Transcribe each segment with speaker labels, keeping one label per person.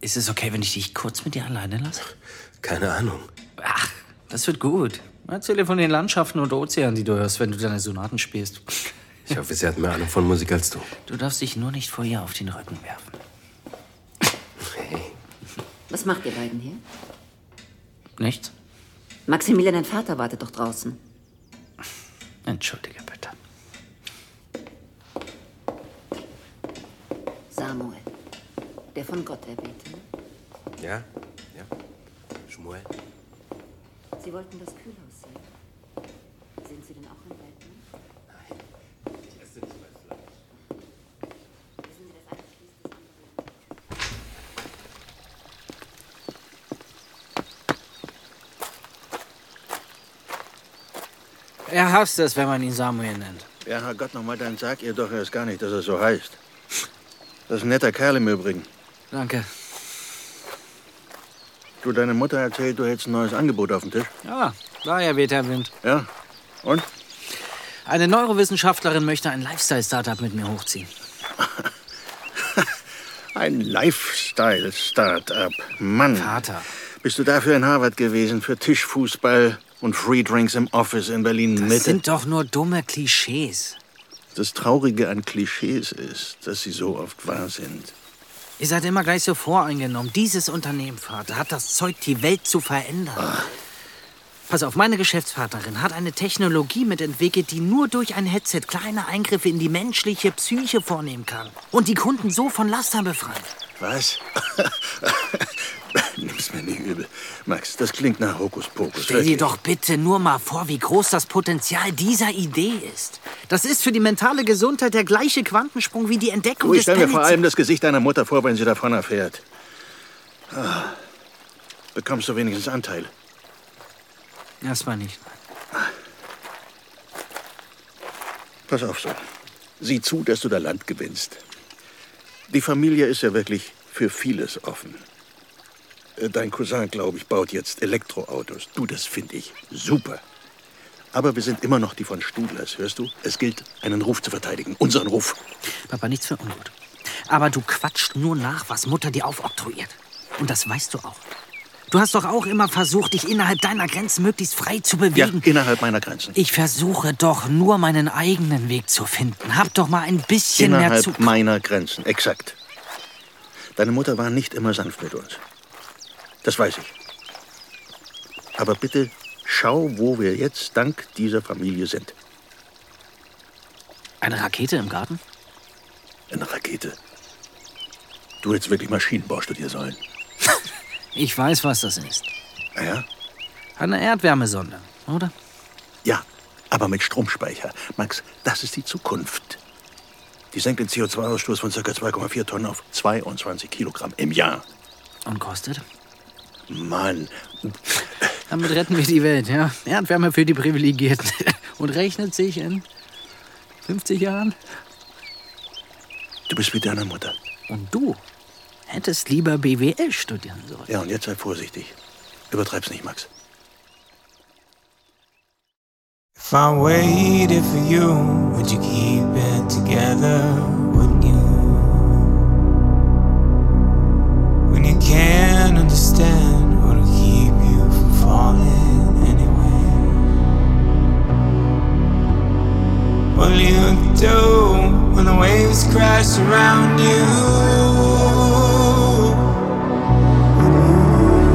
Speaker 1: Ist es okay, wenn ich dich kurz mit dir alleine lasse?
Speaker 2: Keine Ahnung.
Speaker 1: Ach, das wird gut. Erzähle von den Landschaften und Ozeanen, die du hörst, wenn du deine Sonaten spielst.
Speaker 2: Ich hoffe, sie hat mehr Ahnung von Musik als du.
Speaker 1: Du darfst dich nur nicht vor ihr auf den Rücken werfen.
Speaker 2: Hey.
Speaker 3: Was macht ihr beiden hier?
Speaker 1: Nichts?
Speaker 3: Maximilian, dein Vater wartet doch draußen.
Speaker 1: Entschuldige bitte.
Speaker 3: Samuel, der von Gott erwählte. ne?
Speaker 2: Ja? Ja? Schmuel?
Speaker 3: Sie wollten das Kühlhaus sehen. Sind Sie denn auch ein Weltmann?
Speaker 1: Er hasst es, wenn man ihn Samuel nennt.
Speaker 4: Ja, Herr Gott, nochmal, dann sag ihr doch erst gar nicht, dass er so heißt. Das ist ein netter Kerl im Übrigen.
Speaker 1: Danke.
Speaker 4: Du, deine Mutter erzählt, du hättest ein neues Angebot auf dem Tisch.
Speaker 1: Ja, war ja Wetter Wind.
Speaker 4: Ja? Und?
Speaker 1: Eine Neurowissenschaftlerin möchte ein Lifestyle-Startup mit mir hochziehen.
Speaker 4: Ein Lifestyle-Startup. Mann.
Speaker 1: Vater.
Speaker 4: Bist du dafür in Harvard gewesen, für Tischfußball und Free Drinks im Office in Berlin
Speaker 1: Das
Speaker 4: Mitte?
Speaker 1: sind doch nur dumme Klischees.
Speaker 4: das Traurige an Klischees ist, dass sie so oft wahr sind.
Speaker 1: Ihr seid immer gleich so voreingenommen. Dieses Unternehmen, Vater, hat das Zeug, die Welt zu verändern. Pass auf, meine Geschäftspartnerin hat eine Technologie mitentwickelt, die nur durch ein Headset kleine Eingriffe in die menschliche Psyche vornehmen kann und die Kunden so von Lastern befreit.
Speaker 4: Was? Nimm's mir nicht übel. Max, das klingt nach Hokuspokus.
Speaker 1: Stell dir
Speaker 4: wirklich.
Speaker 1: doch bitte nur mal vor, wie groß das Potenzial dieser Idee ist. Das ist für die mentale Gesundheit der gleiche Quantensprung wie die Entdeckung
Speaker 4: Du,
Speaker 1: des
Speaker 4: ich stelle mir vor
Speaker 1: Pellets-
Speaker 4: allem das Gesicht deiner Mutter vor, wenn sie davon erfährt. Ah. Bekommst du wenigstens Anteile?
Speaker 1: Erstmal nicht.
Speaker 4: Pass auf, Sohn. Sieh zu, dass du da Land gewinnst. Die Familie ist ja wirklich für vieles offen. Äh, Dein Cousin, glaube ich, baut jetzt Elektroautos. Du, das finde ich super. Aber wir sind immer noch die von Studlers, hörst du? Es gilt, einen Ruf zu verteidigen. Unseren Ruf.
Speaker 1: Papa, nichts für ungut. Aber du quatscht nur nach, was Mutter dir aufoktroyiert. Und das weißt du auch. Du hast doch auch immer versucht, dich innerhalb deiner Grenzen möglichst frei zu
Speaker 4: Ja,
Speaker 1: bewegen.
Speaker 4: innerhalb meiner Grenzen.
Speaker 1: Ich versuche doch nur, meinen eigenen Weg zu finden. Hab doch mal ein bisschen mehr zu...
Speaker 4: Innerhalb meiner Grenzen, exakt. Deine Mutter war nicht immer sanft mit uns. Das weiß ich. Aber bitte schau, wo wir jetzt dank dieser Familie sind.
Speaker 1: Eine Rakete im Garten?
Speaker 4: Eine Rakete. Du hättest wirklich Maschinenbau studieren sollen.
Speaker 1: Ich weiß, was das ist.
Speaker 4: Na Ja?
Speaker 1: Eine Erdwärmesonde, oder?
Speaker 4: Ja, aber mit Stromspeicher. Max, das ist die Zukunft. Die senkt den CO2-Ausstoß von ca. 2,4 Tonnen auf 22 Kilogramm im Jahr.
Speaker 1: Und kostet?
Speaker 4: Mann,
Speaker 1: Damit retten wir die Welt, ja. Erdwärme für die Privilegierten. Und rechnet sich in 50 Jahren?
Speaker 4: du bist wie deine Mutter.
Speaker 1: Und du hättest lieber BWL studieren sollen.
Speaker 4: Ja, und jetzt sei vorsichtig. Übertreib's nicht, Max.
Speaker 5: If I waited for you, would you keep it together? Would you? When you can't understand what'll keep you from falling anyway. What'll you do when the waves crash around you?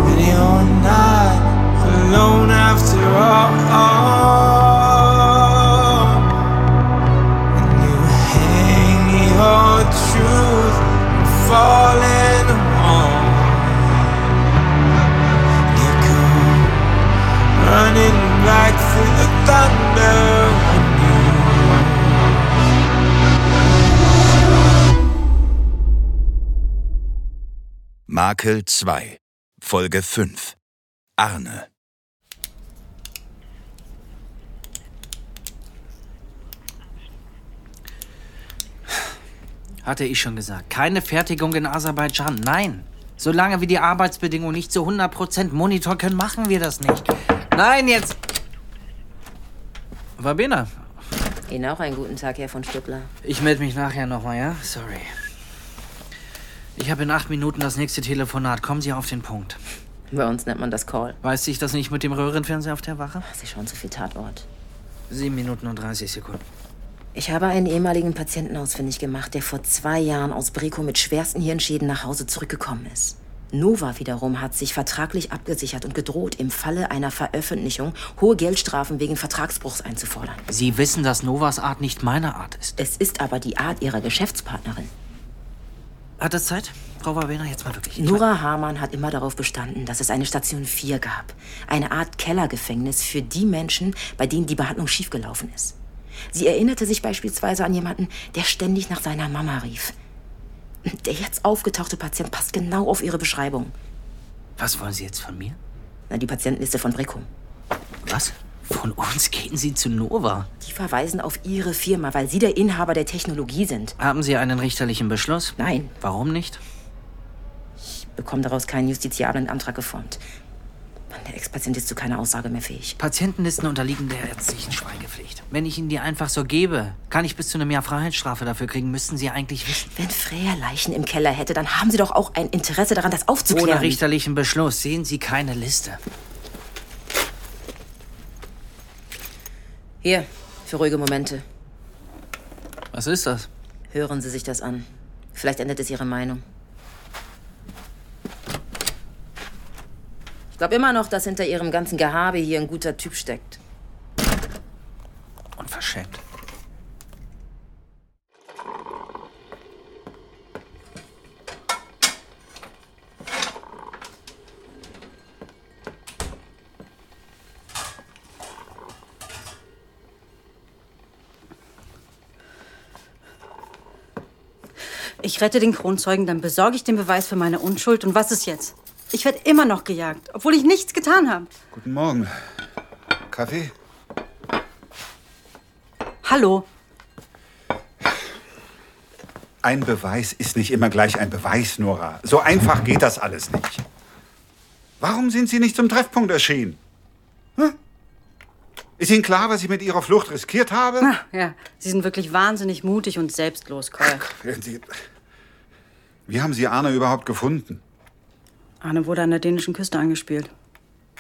Speaker 5: And you're not alone after all. And you hang your truth and falling home. You come running back through the thunder. when you-
Speaker 6: Makel 2, Folge 5. Arne.
Speaker 1: Hatte ich eh schon gesagt. Keine Fertigung in Aserbaidschan. Nein. Solange wir die Arbeitsbedingungen nicht zu 100% monitoren können, machen wir das nicht. Nein, jetzt. Wabena,
Speaker 7: Ihnen auch einen guten Tag, Herr von Stüttler.
Speaker 1: ich melde mich nachher nochmal, ja? Sorry. Ich habe in acht Minuten das nächste Telefonat. Kommen Sie auf den Punkt.
Speaker 7: Bei uns nennt man das Call.
Speaker 1: Weiß ich das nicht mit dem Röhrenfernseher auf der Wache?
Speaker 7: Sie schauen zu viel Tatort.
Speaker 1: Sieben Minuten und 30 Sekunden.
Speaker 7: Ich habe einen ehemaligen Patienten ausfindig gemacht, der vor zwei Jahren aus Breko mit schwersten Hirnschäden nach Hause zurückgekommen ist. Nova wiederum hat sich vertraglich abgesichert und gedroht, im Falle einer Veröffentlichung hohe Geldstrafen wegen Vertragsbruchs einzufordern.
Speaker 1: Sie wissen, dass Novas Art nicht meine Art ist.
Speaker 7: Es ist aber die Art ihrer Geschäftspartnerin.
Speaker 1: Hat das Zeit? Frau Wawena, jetzt mal wirklich.
Speaker 7: Nora Hamann hat immer darauf bestanden, dass es eine Station 4 gab. Eine Art Kellergefängnis für die Menschen, bei denen die Behandlung schiefgelaufen ist. Sie erinnerte sich beispielsweise an jemanden, der ständig nach seiner Mama rief. Der jetzt aufgetauchte Patient passt genau auf ihre Beschreibung.
Speaker 1: Was wollen Sie jetzt von mir?
Speaker 7: Na, die Patientenliste von Breckum.
Speaker 1: Was? Von uns gehen Sie zu Nova.
Speaker 7: Die verweisen auf ihre Firma, weil sie der Inhaber der Technologie sind.
Speaker 1: Haben Sie einen richterlichen Beschluss?
Speaker 7: Nein,
Speaker 1: Warum nicht?
Speaker 7: ich bekomme daraus keinen justiziablen Antrag geformt. Mann, der Ex-Patient ist zu keiner Aussage mehr fähig.
Speaker 1: Patientenlisten unterliegen der ärztlichen Schweigepflicht. Wenn ich Ihnen die einfach so gebe, kann ich bis zu einem Jahr Freiheitsstrafe dafür kriegen, müssten Sie eigentlich wissen.
Speaker 7: Wenn Freya Leichen im Keller hätte, dann haben Sie doch auch ein Interesse daran, das aufzuklären.
Speaker 1: Ohne richterlichen Beschluss sehen Sie keine Liste.
Speaker 7: Hier, für ruhige Momente.
Speaker 1: Was ist das?
Speaker 7: Hören Sie sich das an. Vielleicht ändert es Ihre Meinung. Ich glaube immer noch, dass hinter Ihrem ganzen Gehabe hier ein guter Typ steckt.
Speaker 1: Unverschämt.
Speaker 8: Ich rette den Kronzeugen, dann besorge ich den Beweis für meine Unschuld. Und was ist jetzt? Ich werde immer noch gejagt, obwohl ich nichts getan habe.
Speaker 9: Guten Morgen. Kaffee?
Speaker 8: Hallo,
Speaker 9: Ein Beweis ist nicht immer gleich ein Beweis, Nora. So einfach geht das alles nicht. Warum sind Sie nicht zum Treffpunkt erschienen? Hm? Ist Ihnen klar, was ich mit Ihrer Flucht riskiert habe?
Speaker 8: Ah, Ja, Sie sind wirklich wahnsinnig mutig und selbstlos, Cole.
Speaker 9: Sie- Wie haben Sie Arne überhaupt gefunden?
Speaker 8: Arne wurde an der dänischen Küste angespielt.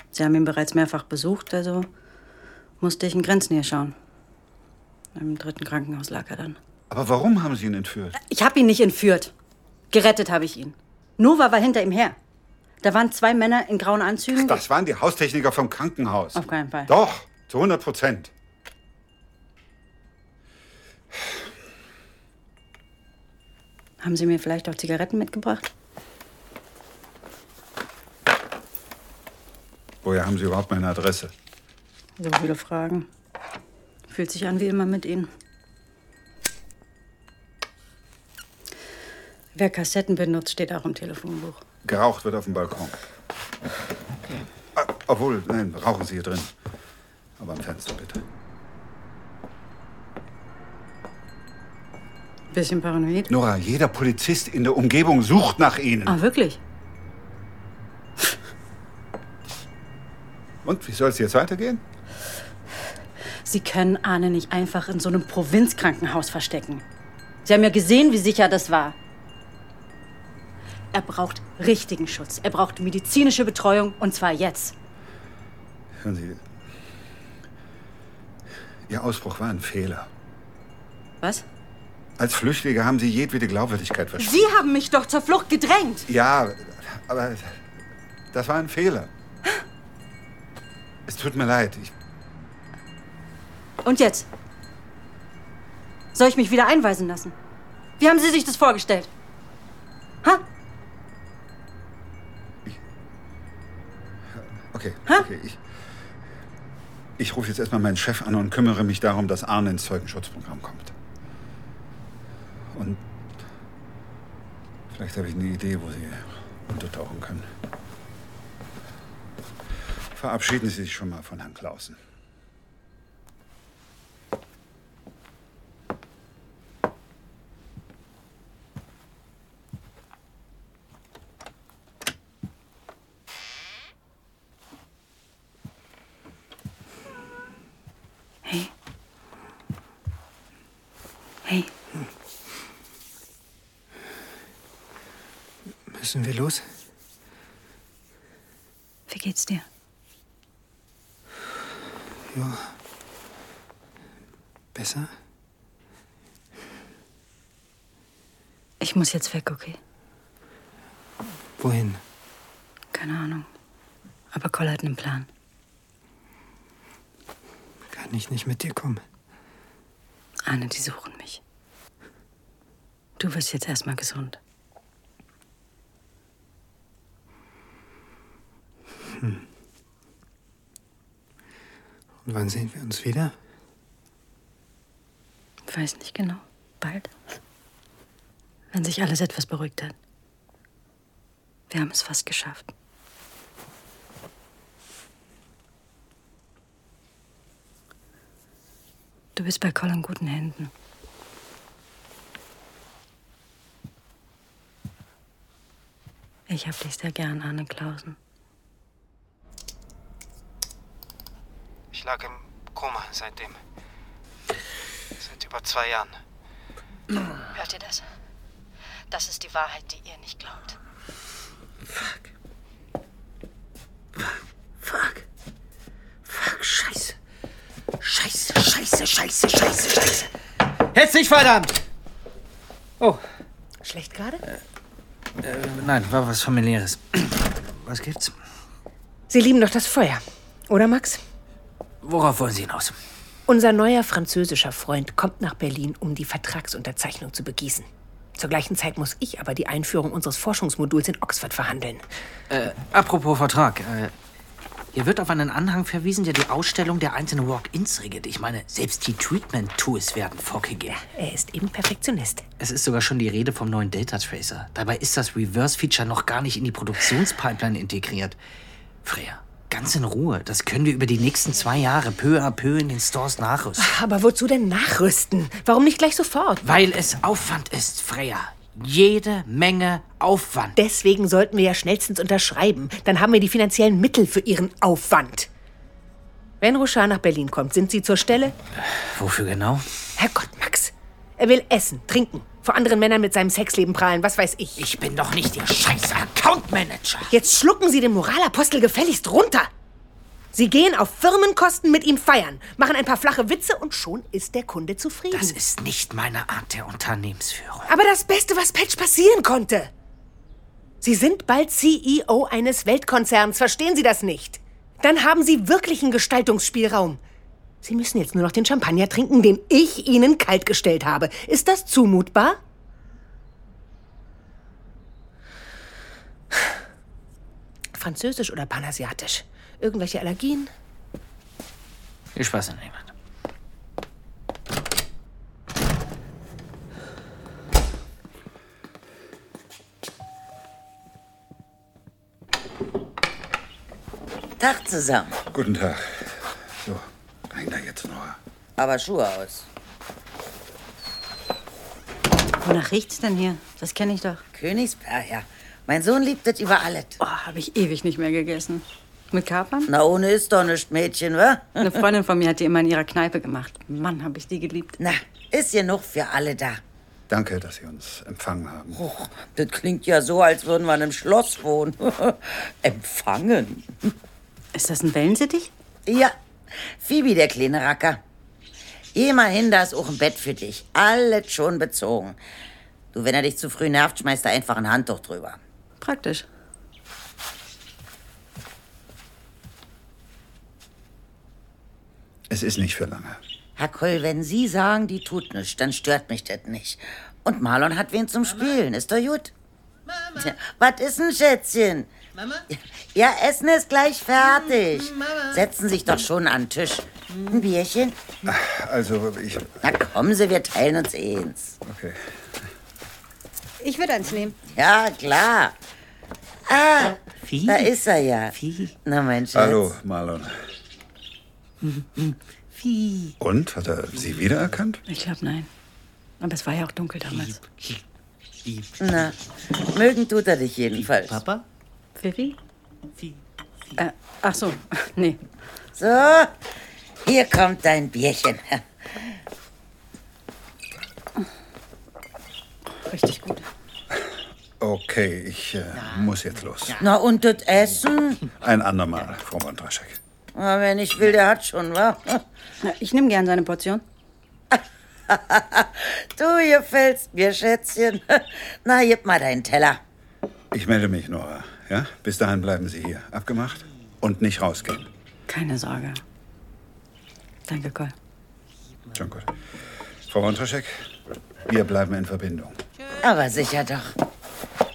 Speaker 8: Sie haben ihn bereits mehrfach besucht, also musste ich in Grenznähe schauen. Im dritten Krankenhaus lag er dann.
Speaker 9: Aber warum haben Sie ihn entführt?
Speaker 8: Ich habe ihn nicht entführt. Gerettet habe ich ihn. Nova war hinter ihm her. Da waren zwei Männer in grauen Anzügen.
Speaker 9: Das waren die Haustechniker vom Krankenhaus.
Speaker 8: Auf keinen Fall.
Speaker 9: Doch, zu 100 Prozent.
Speaker 8: Haben Sie mir vielleicht auch Zigaretten mitgebracht?
Speaker 9: Woher haben Sie überhaupt meine Adresse?
Speaker 8: So viele Fragen. Fühlt sich an wie immer mit Ihnen. Wer Kassetten benutzt, steht auch im Telefonbuch.
Speaker 9: Geraucht wird auf dem Balkon. Ah, Obwohl, nein, rauchen Sie hier drin. Aber am Fenster bitte.
Speaker 8: Bisschen paranoid.
Speaker 9: Nora, jeder Polizist in der Umgebung sucht nach Ihnen.
Speaker 8: Ah, wirklich?
Speaker 9: Und wie soll es jetzt weitergehen?
Speaker 8: Sie können Arne nicht einfach in so einem Provinzkrankenhaus verstecken. Sie haben ja gesehen, wie sicher das war. Er braucht richtigen Schutz. Er braucht medizinische Betreuung und zwar jetzt.
Speaker 9: Hören Sie, Ihr Ausbruch war ein Fehler.
Speaker 8: Was?
Speaker 9: Als Flüchtlinge haben Sie jedwede Glaubwürdigkeit verspielt.
Speaker 8: Sie haben mich doch zur Flucht gedrängt.
Speaker 9: Ja, aber das war ein Fehler. Es tut mir leid. Ich,
Speaker 8: Und jetzt? Soll ich mich wieder einweisen lassen? Wie haben Sie sich das vorgestellt? Ha?
Speaker 9: okay, okay. Ich, ich rufe jetzt erstmal meinen Chef an und kümmere mich darum, dass Arne ins Zeugenschutzprogramm kommt. Und vielleicht habe ich eine Idee, wo Sie untertauchen können. Verabschieden Sie sich schon mal von Herrn Clausen.
Speaker 8: Hey,
Speaker 10: Müssen wir los?
Speaker 11: Wie geht's dir?
Speaker 10: Ja. Besser?
Speaker 11: Ich muss jetzt weg, okay?
Speaker 10: Wohin?
Speaker 11: Keine Ahnung. Aber Cole hat einen Plan.
Speaker 10: Kann ich nicht mit dir kommen?
Speaker 11: Anne, die suchen mich. Du wirst jetzt erstmal gesund.
Speaker 10: Hm. Und wann sehen wir uns wieder?
Speaker 11: Weiß nicht genau. Bald. Wenn sich alles etwas beruhigt hat. Wir haben es fast geschafft. Du bist bei Colin in guten Händen. Ich hab dich sehr gern, Anne Klausen.
Speaker 10: Ich lag im Koma seitdem. Seit über zwei Jahren.
Speaker 11: Hört ihr das? Das ist die Wahrheit, die ihr nicht glaubt.
Speaker 1: Fuck. Fuck. Fuck, scheiße. Scheiße, scheiße, scheiße, scheiße, scheiße. Jetzt nicht, verdammt! Oh.
Speaker 7: Schlecht gerade?
Speaker 1: Äh, nein, war was familiäres. Was gibt's?
Speaker 11: Sie lieben doch das Feuer, oder Max?
Speaker 1: Worauf wollen Sie hinaus?
Speaker 11: Unser neuer französischer Freund kommt nach Berlin, um die Vertragsunterzeichnung zu begießen. Zur gleichen Zeit muss ich aber die Einführung unseres Forschungsmoduls in Oxford verhandeln.
Speaker 1: Äh, apropos Vertrag. Äh, hier wird auf einen Anhang verwiesen, der die Ausstellung der einzelnen Walk-ins regelt. Ich meine, selbst die Treatment-Tools werden vorgegeben.
Speaker 11: Er ist eben Perfektionist.
Speaker 1: Es ist sogar schon die Rede vom neuen Delta Tracer. Dabei ist das Reverse-Feature noch gar nicht in die Produktionspipeline integriert. Freya, ganz in Ruhe. Das können wir über die nächsten zwei Jahre peu à peu in den Stores nachrüsten.
Speaker 11: Aber wozu denn nachrüsten? Warum nicht gleich sofort?
Speaker 1: Weil es Aufwand ist, Freya. Jede Menge Aufwand.
Speaker 11: Deswegen sollten wir ja schnellstens unterschreiben. Dann haben wir die finanziellen Mittel für Ihren Aufwand. Wenn Rochard nach Berlin kommt, sind Sie zur Stelle?
Speaker 1: Wofür genau?
Speaker 11: Herrgott, Max. Er will essen, trinken, vor anderen Männern mit seinem Sexleben prahlen, was weiß ich.
Speaker 1: Ich bin doch nicht Ihr scheiß Accountmanager.
Speaker 11: Jetzt schlucken Sie den Moralapostel gefälligst runter. Sie gehen auf Firmenkosten mit ihm feiern, machen ein paar flache Witze und schon ist der Kunde zufrieden.
Speaker 1: Das ist nicht meine Art der Unternehmensführung.
Speaker 11: Aber das Beste, was Patch passieren konnte. Sie sind bald CEO eines Weltkonzerns, verstehen Sie das nicht? Dann haben Sie wirklichen Gestaltungsspielraum. Sie müssen jetzt nur noch den Champagner trinken, den ich Ihnen kaltgestellt habe. Ist das zumutbar? Französisch oder panasiatisch? Irgendwelche Allergien?
Speaker 1: Viel Spaß an jemand.
Speaker 12: Tag zusammen.
Speaker 9: Guten Tag. So, rein da jetzt noch.
Speaker 12: Aber Schuhe aus.
Speaker 8: Wonach riecht's denn hier? Das kenne ich doch.
Speaker 12: Königsberg, ja. Mein Sohn liebt das über alles.
Speaker 8: Oh, habe ich ewig nicht mehr gegessen. Mit Kapern?
Speaker 12: Na, ohne ist doch nicht, Mädchen, wa?
Speaker 8: Eine Freundin von mir hat die immer in ihrer Kneipe gemacht. Mann, habe ich die geliebt.
Speaker 12: Na, ist genug für alle da.
Speaker 9: Danke, dass Sie uns empfangen haben.
Speaker 12: Och, das klingt ja so, als würden wir in einem Schloss wohnen. empfangen?
Speaker 8: Ist das ein Wellensittich?
Speaker 12: Ja, Phoebe, der kleine Racker. Immerhin, da ist auch ein Bett für dich. Alles schon bezogen. Du, wenn er dich zu früh nervt, schmeißt er einfach ein Handtuch drüber.
Speaker 8: Praktisch.
Speaker 9: Es ist nicht für lange.
Speaker 12: Herr Koll, wenn Sie sagen, die tut nichts, dann stört mich das nicht. Und Marlon hat wen zum Spielen, ist doch gut. Mama. Ja, was ist denn, Schätzchen? Mama? Ja, Essen ist gleich fertig. Mama. Setzen Sie sich doch schon an den Tisch. Ein Bierchen?
Speaker 9: Ach, also, ich.
Speaker 12: Na kommen Sie, wir teilen uns eins.
Speaker 9: Okay.
Speaker 11: Ich würde eins nehmen.
Speaker 12: Ja, klar. Ah, Vieh. da ist er ja.
Speaker 1: Vieh.
Speaker 12: Na, mein Schatz.
Speaker 9: Hallo, Marlon.
Speaker 12: Vieh.
Speaker 9: Und? Hat er sie wiedererkannt?
Speaker 8: Ich glaube, nein. Aber es war ja auch dunkel damals.
Speaker 12: Na, mögen tut er dich jedenfalls.
Speaker 1: Papa?
Speaker 8: Vivi? Äh, ach so, nee.
Speaker 12: So, hier kommt dein Bierchen.
Speaker 8: Richtig gut.
Speaker 9: Okay, ich äh, muss jetzt los.
Speaker 12: Na und das Essen?
Speaker 9: Ein andermal, Frau Bondraschek.
Speaker 12: Na, wer nicht will, der hat schon, wa?
Speaker 8: Na, ich nehme gern seine Portion.
Speaker 12: Du gefällst mir, Schätzchen. Na, gib mal deinen Teller.
Speaker 9: Ich melde mich, Nora. Ja? Bis dahin bleiben Sie hier. Abgemacht? Und nicht rausgehen.
Speaker 8: Keine Sorge. Danke, Cole.
Speaker 9: Schon gut. Frau Bondraschek, wir bleiben in Verbindung.
Speaker 12: Aber sicher doch.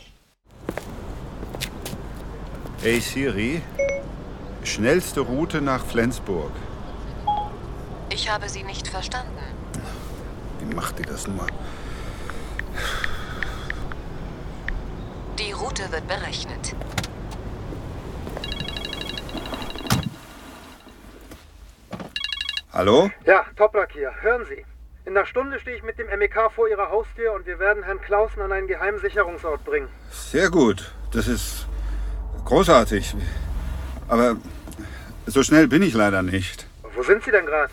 Speaker 9: Hey Siri, schnellste Route nach Flensburg.
Speaker 11: Ich habe Sie nicht verstanden.
Speaker 9: Wie macht die das nur?
Speaker 11: Die Route wird berechnet.
Speaker 9: Hallo?
Speaker 13: Ja, Toprak hier. Hören Sie. In einer Stunde stehe ich mit dem MEK vor Ihrer Haustür und wir werden Herrn Klausen an einen geheimen Sicherungsort bringen.
Speaker 9: Sehr gut. Das ist großartig. Aber so schnell bin ich leider nicht.
Speaker 13: Wo sind Sie denn gerade?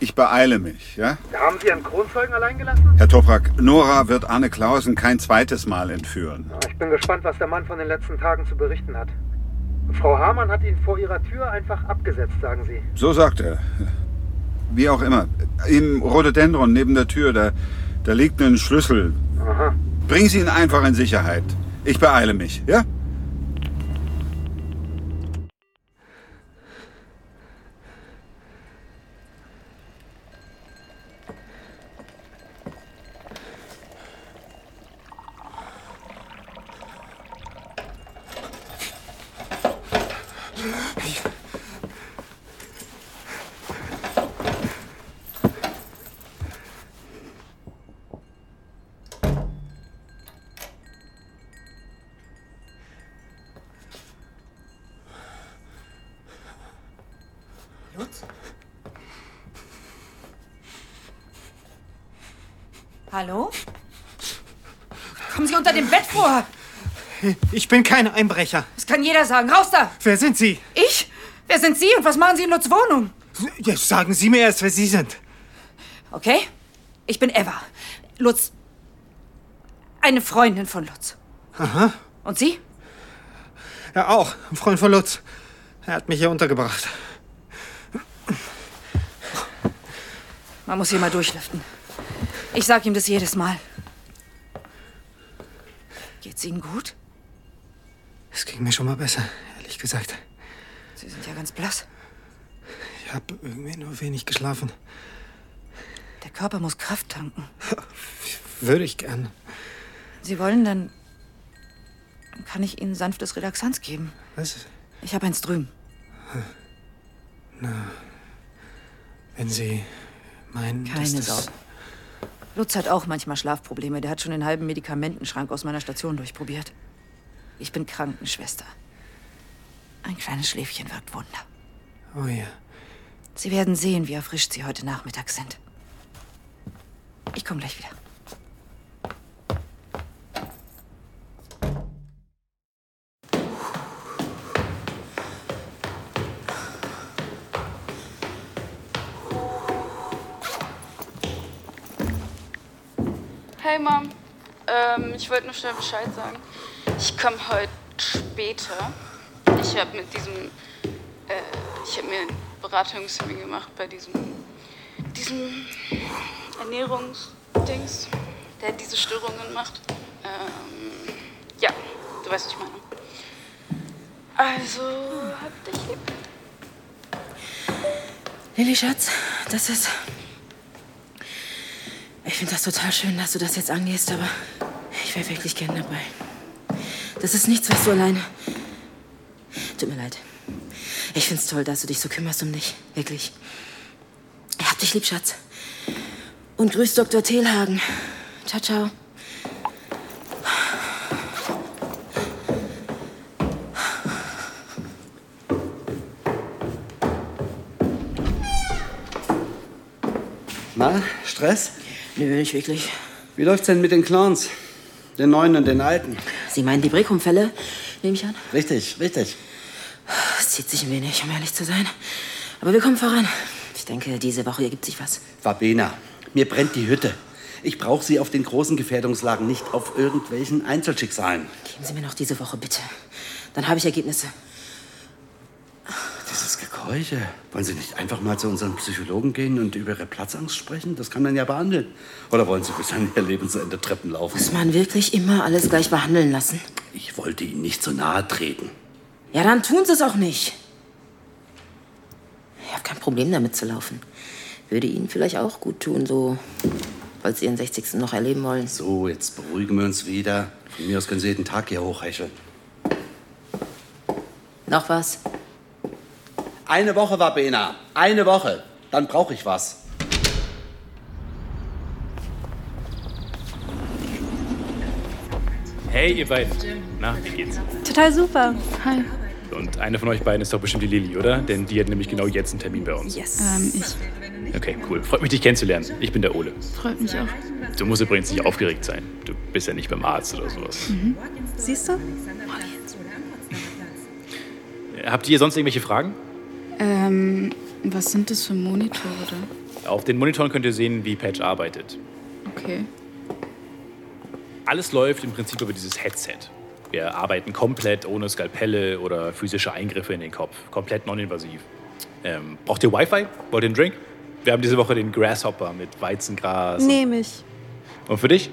Speaker 9: Ich beeile mich, ja?
Speaker 13: Haben Sie einen Kronzeugen allein gelassen?
Speaker 9: Herr Toprak, Nora wird Anne Klausen kein zweites Mal entführen.
Speaker 13: Ich bin gespannt, was der Mann von den letzten Tagen zu berichten hat. Frau Hamann hat ihn vor Ihrer Tür einfach abgesetzt, sagen Sie.
Speaker 9: So sagt er. Wie auch immer. Im Rhododendron neben der Tür, da, da liegt ein Schlüssel.
Speaker 13: Aha.
Speaker 9: Bring sie ihn einfach in Sicherheit. Ich beeile mich, ja?
Speaker 14: Lutz? Hallo? Kommen Sie unter dem Bett vor!
Speaker 15: Ich bin kein Einbrecher.
Speaker 14: Das kann jeder sagen. Raus da!
Speaker 15: Wer sind Sie?
Speaker 14: Ich? Wer sind Sie und was machen Sie in Lutz Wohnung?
Speaker 15: Jetzt sagen Sie mir erst, wer Sie sind.
Speaker 14: Okay? Ich bin Eva. Lutz. Eine Freundin von Lutz.
Speaker 15: Aha.
Speaker 14: Und Sie?
Speaker 15: Ja, auch. Ein Freund von Lutz. Er hat mich hier untergebracht.
Speaker 14: Man muss hier mal durchlüften. Ich sag ihm das jedes Mal. Geht's Ihnen gut?
Speaker 15: Es ging mir schon mal besser, ehrlich gesagt.
Speaker 14: Sie sind ja ganz blass.
Speaker 15: Ich habe irgendwie nur wenig geschlafen.
Speaker 14: Der Körper muss Kraft tanken.
Speaker 15: Würde ich gern.
Speaker 14: Sie wollen, dann kann ich Ihnen sanftes Relaxanz geben.
Speaker 15: Was?
Speaker 14: Ich habe eins drüben.
Speaker 15: Na, wenn Sie meinen, dass
Speaker 14: Keine
Speaker 15: das...
Speaker 14: Sorge. Lutz hat auch manchmal Schlafprobleme. Der hat schon den halben Medikamentenschrank aus meiner Station durchprobiert. Ich bin Krankenschwester. Ein kleines Schläfchen wirkt Wunder.
Speaker 15: Oh ja.
Speaker 14: Sie werden sehen, wie erfrischt Sie heute Nachmittag sind. Ich komme gleich wieder.
Speaker 16: Hey Mom, ähm, ich wollte nur schnell Bescheid sagen. Ich komme heute später. Ich habe mit diesem, äh, ich habe mir ein Beratungstermin gemacht bei diesem, diesem Ernährungsdings, der diese Störungen macht. Ähm, ja, du weißt, was ich meine. Also, hab dich lieb.
Speaker 7: Lilly, Schatz, das ist. Ich finde das total schön, dass du das jetzt angehst, aber ich wäre wirklich gern dabei. Das ist nichts, was du alleine. Tut mir leid. Ich find's toll, dass du dich so kümmerst um dich. Wirklich. Ich hab dich lieb, Schatz. Und grüß Dr. Telhagen. Ciao, ciao.
Speaker 17: Na, Stress?
Speaker 7: Nö, nicht wirklich.
Speaker 17: Wie läuft's denn mit den Clowns? Den neuen und den alten?
Speaker 7: Sie meinen die Brekum-Fälle, nehme ich an?
Speaker 17: Richtig, richtig.
Speaker 7: Es zieht sich ein wenig, um ehrlich zu sein. Aber wir kommen voran. Ich denke, diese Woche ergibt sich was.
Speaker 17: Fabena, mir brennt die Hütte. Ich brauche Sie auf den großen Gefährdungslagen, nicht auf irgendwelchen Einzelschicksalen.
Speaker 7: Geben Sie mir noch diese Woche, bitte. Dann habe ich Ergebnisse.
Speaker 17: Dieses Gekeuche. Wollen Sie nicht einfach mal zu unserem Psychologen gehen und über Ihre Platzangst sprechen? Das kann man ja behandeln. Oder wollen Sie bis an Ihr Lebensende Treppen laufen?
Speaker 7: Muss man wirklich immer alles gleich behandeln lassen?
Speaker 17: Ich wollte Ihnen nicht so nahe treten.
Speaker 7: Ja, dann tun Sie es auch nicht. Ich habe kein Problem damit zu laufen. Würde Ihnen vielleicht auch gut tun, so, falls Sie Ihren 60. noch erleben wollen.
Speaker 17: So, jetzt beruhigen wir uns wieder. Von mir aus können Sie jeden Tag hier hochhecheln.
Speaker 7: Noch was?
Speaker 17: Eine Woche, Wabena. Eine Woche. Dann brauche ich was.
Speaker 18: Hey, ihr beiden. Na, wie geht's?
Speaker 16: Total super. Hi.
Speaker 18: Und eine von euch beiden ist doch bestimmt die Lilly, oder? Denn die hat nämlich genau jetzt einen Termin bei uns.
Speaker 16: Yes. Ähm, ich.
Speaker 18: Okay, cool. Freut mich, dich kennenzulernen. Ich bin der Ole.
Speaker 16: Freut mich auch.
Speaker 18: Du musst übrigens nicht aufgeregt sein. Du bist ja nicht beim Arzt oder sowas.
Speaker 16: Mhm. Siehst du?
Speaker 18: Äh, Habt ihr sonst irgendwelche Fragen?
Speaker 16: Ähm, was sind das für Monitore
Speaker 18: Auf den Monitoren könnt ihr sehen, wie Patch arbeitet.
Speaker 16: da? Okay.
Speaker 18: Alles läuft im Prinzip über dieses Headset. Wir arbeiten komplett ohne Skalpelle oder physische Eingriffe in den Kopf. Komplett non-invasiv. Ähm, braucht ihr Wi-Fi? Wollt ihr einen Drink? Wir haben diese Woche den Grasshopper mit Weizengras. und-
Speaker 16: Nehme ich.
Speaker 18: Und für dich?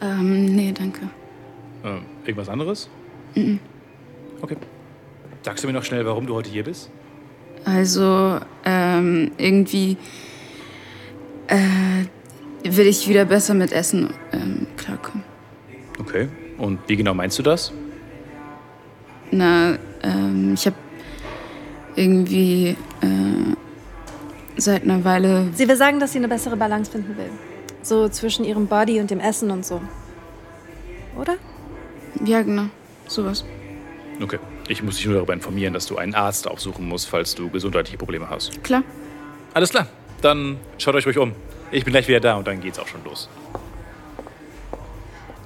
Speaker 16: Ähm, nee, danke.
Speaker 18: Ähm, irgendwas anderes?
Speaker 16: Mhm.
Speaker 18: Okay. Sagst du mir noch schnell, warum du heute hier bist?
Speaker 16: Also, ähm, irgendwie äh, will ich wieder besser mit Essen ähm, klarkommen.
Speaker 18: Okay. Und wie genau meinst du das?
Speaker 16: Na, ähm, ich habe irgendwie äh, seit einer Weile
Speaker 19: Sie will sagen, dass sie eine bessere Balance finden will. So zwischen ihrem Body und dem Essen und so. Oder?
Speaker 16: Ja, genau. Sowas.
Speaker 18: Okay. Ich muss dich nur darüber informieren, dass du einen Arzt aufsuchen musst, falls du gesundheitliche Probleme hast.
Speaker 16: Klar.
Speaker 18: Alles klar. Dann schaut euch ruhig um. Ich bin gleich wieder da und dann geht's auch schon los.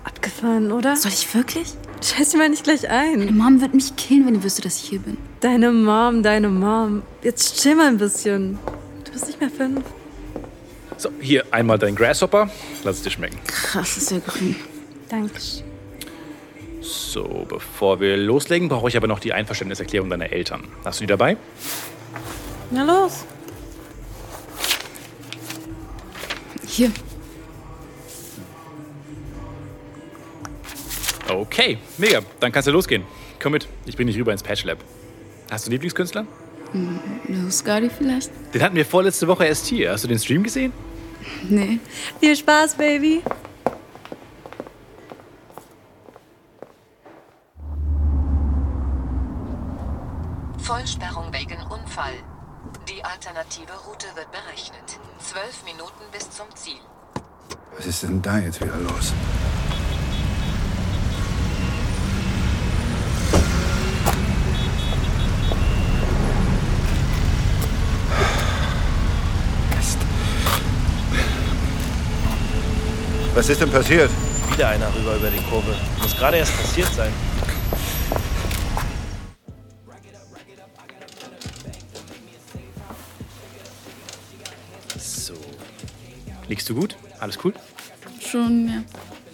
Speaker 19: Abgefahren, oder?
Speaker 16: Soll ich wirklich?
Speaker 19: Scheiß dir mal nicht gleich ein. Deine
Speaker 16: Mom wird mich killen, wenn die wüsste, dass ich hier bin.
Speaker 19: Deine Mom, deine Mom. Jetzt chill mal ein bisschen. Du bist nicht mehr fünf.
Speaker 18: So, hier einmal dein Grasshopper. Lass es dir schmecken.
Speaker 16: Krass, ist ja grün.
Speaker 19: Danke.
Speaker 18: So, bevor wir loslegen, brauche ich aber noch die Einverständniserklärung deiner Eltern. Hast du die dabei?
Speaker 19: Na los.
Speaker 16: Hier.
Speaker 18: Okay, mega. Dann kannst du losgehen. Komm mit, ich bringe dich rüber ins Patch Lab. Hast du einen Lieblingskünstler?
Speaker 16: Hm, Lil Scotty vielleicht?
Speaker 18: Den hatten wir vorletzte Woche erst hier. Hast du den Stream gesehen?
Speaker 16: Nee.
Speaker 19: Viel Spaß, Baby.
Speaker 20: Vollsperrung wegen Unfall. Die alternative Route wird berechnet. Zwölf Minuten bis zum Ziel.
Speaker 9: Was ist denn da jetzt wieder los?
Speaker 21: Mist.
Speaker 9: Was ist denn passiert?
Speaker 21: Wieder einer rüber über die Kurve. Muss gerade erst passiert sein.
Speaker 18: So. Liegst du gut? Alles cool?
Speaker 16: Schon, ja.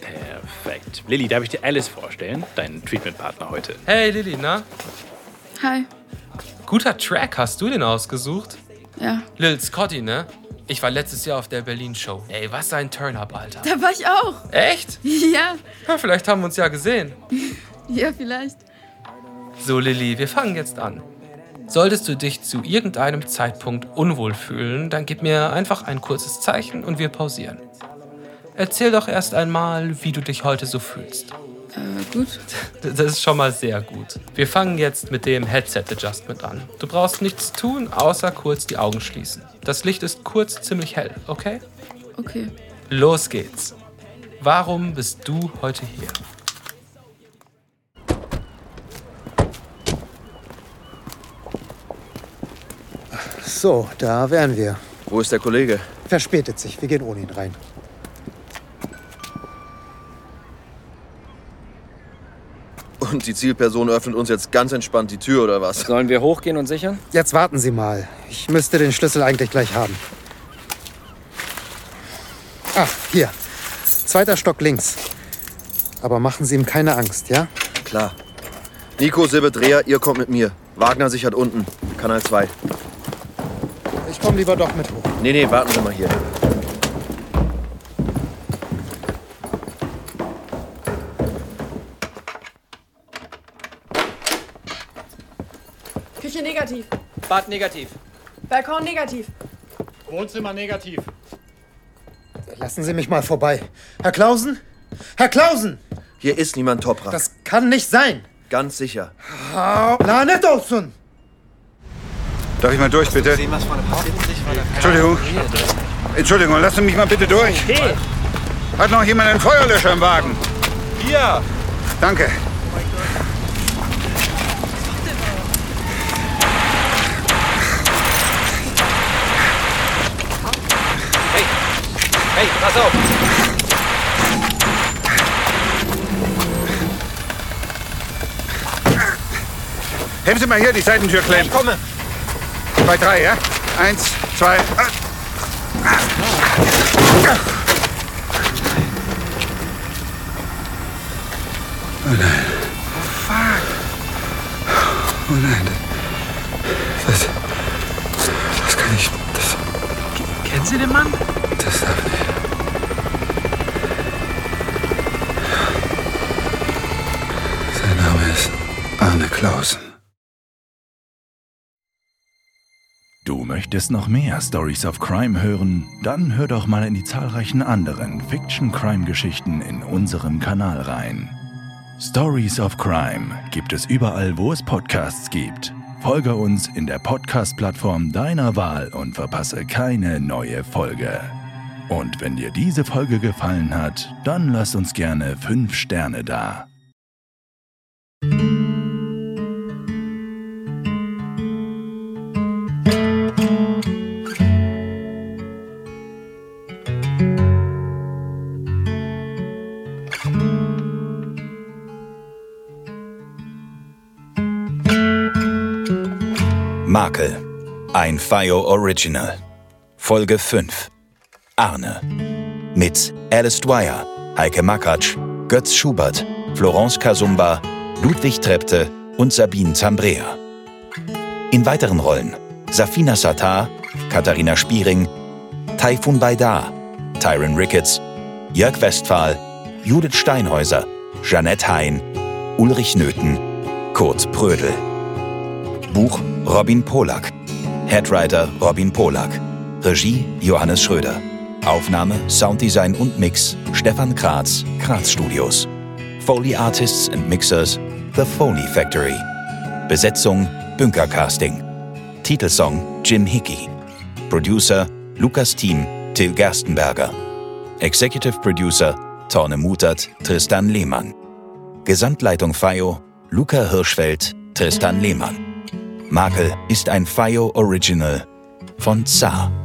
Speaker 18: Perfekt. Lilly, darf ich dir Alice vorstellen? Deinen Treatmentpartner heute.
Speaker 22: Hey Lilly, na?
Speaker 16: Hi.
Speaker 22: Guter Track hast du den ausgesucht?
Speaker 16: Ja.
Speaker 22: Lil Scotty, ne? Ich war letztes Jahr auf der Berlin-Show. Ey, was ein Turn-Up, Alter.
Speaker 16: Da war ich auch.
Speaker 22: Echt?
Speaker 16: Ja,
Speaker 22: Ja, vielleicht haben wir uns ja gesehen.
Speaker 16: ja, vielleicht.
Speaker 22: So, Lilly, wir fangen jetzt an. Solltest du dich zu irgendeinem Zeitpunkt unwohl fühlen, dann gib mir einfach ein kurzes Zeichen und wir pausieren. Erzähl doch erst einmal, wie du dich heute so fühlst.
Speaker 16: Äh, gut.
Speaker 22: Das ist schon mal sehr gut. Wir fangen jetzt mit dem Headset-Adjustment an. Du brauchst nichts tun, außer kurz die Augen schließen. Das Licht ist kurz ziemlich hell, okay?
Speaker 16: Okay.
Speaker 22: Los geht's. Warum bist du heute hier?
Speaker 13: So, da wären wir.
Speaker 4: Wo ist der Kollege?
Speaker 13: Verspätet sich, wir gehen ohne ihn rein.
Speaker 23: Und die Zielperson öffnet uns jetzt ganz entspannt die Tür, oder was?
Speaker 13: Sollen wir hochgehen und sichern? Jetzt warten Sie mal. Ich müsste den Schlüssel eigentlich gleich haben. Ach, Ah, hier. rechts, zweiter Stock links. Aber machen Sie ihm keine Angst, ja?
Speaker 23: Klar. Nico, Silbe, Dreher, ihr kommt mit mir. Wagner sichert unten. Kanal 2.
Speaker 13: Ich komme lieber doch mit hoch.
Speaker 23: Nee, nee, warten Sie mal hier.
Speaker 19: Küche negativ.
Speaker 22: Bad negativ.
Speaker 19: Balkon negativ.
Speaker 22: Wohnzimmer negativ.
Speaker 13: Lassen Sie mich mal vorbei. Herr Klausen? Herr Klausen!
Speaker 23: Hier ist niemand Toprak.
Speaker 13: Das kann nicht sein!
Speaker 23: Ganz sicher.
Speaker 13: Lanet olsun!
Speaker 9: Darf ich mal durch, bitte? Entschuldigung. Entschuldigung, lassen Sie mich mal bitte durch. Hat noch jemand einen Feuerlöscher im Wagen?
Speaker 21: Ja.
Speaker 9: Danke.
Speaker 21: Hey, pass auf!
Speaker 9: Helfen Sie mal hier die Seitentür klemmen. Ich komme. Bei drei, ja? Eins, zwei. ah. Oh nein. Oh nein. Das. Das kann ich. Das.
Speaker 1: Kennen Sie den Mann?
Speaker 9: Das darf nicht. Sein Name ist Arne Klausen.
Speaker 2: Du möchtest noch mehr Stories of Crime hören? Dann hör doch mal in die zahlreichen anderen Fiction-Crime-Geschichten in unserem Kanal rein. Stories of Crime gibt es überall, wo es Podcasts gibt. Folge uns in der Podcast-Plattform deiner Wahl und verpasse keine neue Folge. Und wenn dir diese Folge gefallen hat, dann lass uns gerne 5 Sterne da.
Speaker 3: Makel. Ein FIO Original. Folge 5. Arne. Mit Alice Dwyer, Heike Makatsch, Götz Schubert, Florence Kasumba, Ludwig Trepte und Sabine Zambrea. In weiteren Rollen Safina Sattar, Katharina Spiering, Taifun Baidar, Tyron Ricketts, Jörg Westphal, Judith Steinhäuser, Jeanette Hein, Ulrich Nöthen, Kurt Prödel. Buch Robin Polak. Headwriter Robin Polak. Regie Johannes Schröder. Aufnahme, Sounddesign und Mix Stefan Kratz, Kratz Studios. Foley Artists and Mixers, The Foley Factory. Besetzung Bunkercasting. Titelsong Jim Hickey. Producer Lukas Thiem, Till Gerstenberger. Executive Producer Torne Mutert, Tristan Lehmann. Gesamtleitung FIO Luca Hirschfeld, Tristan Lehmann. Makel ist ein FIO Original von ZAR.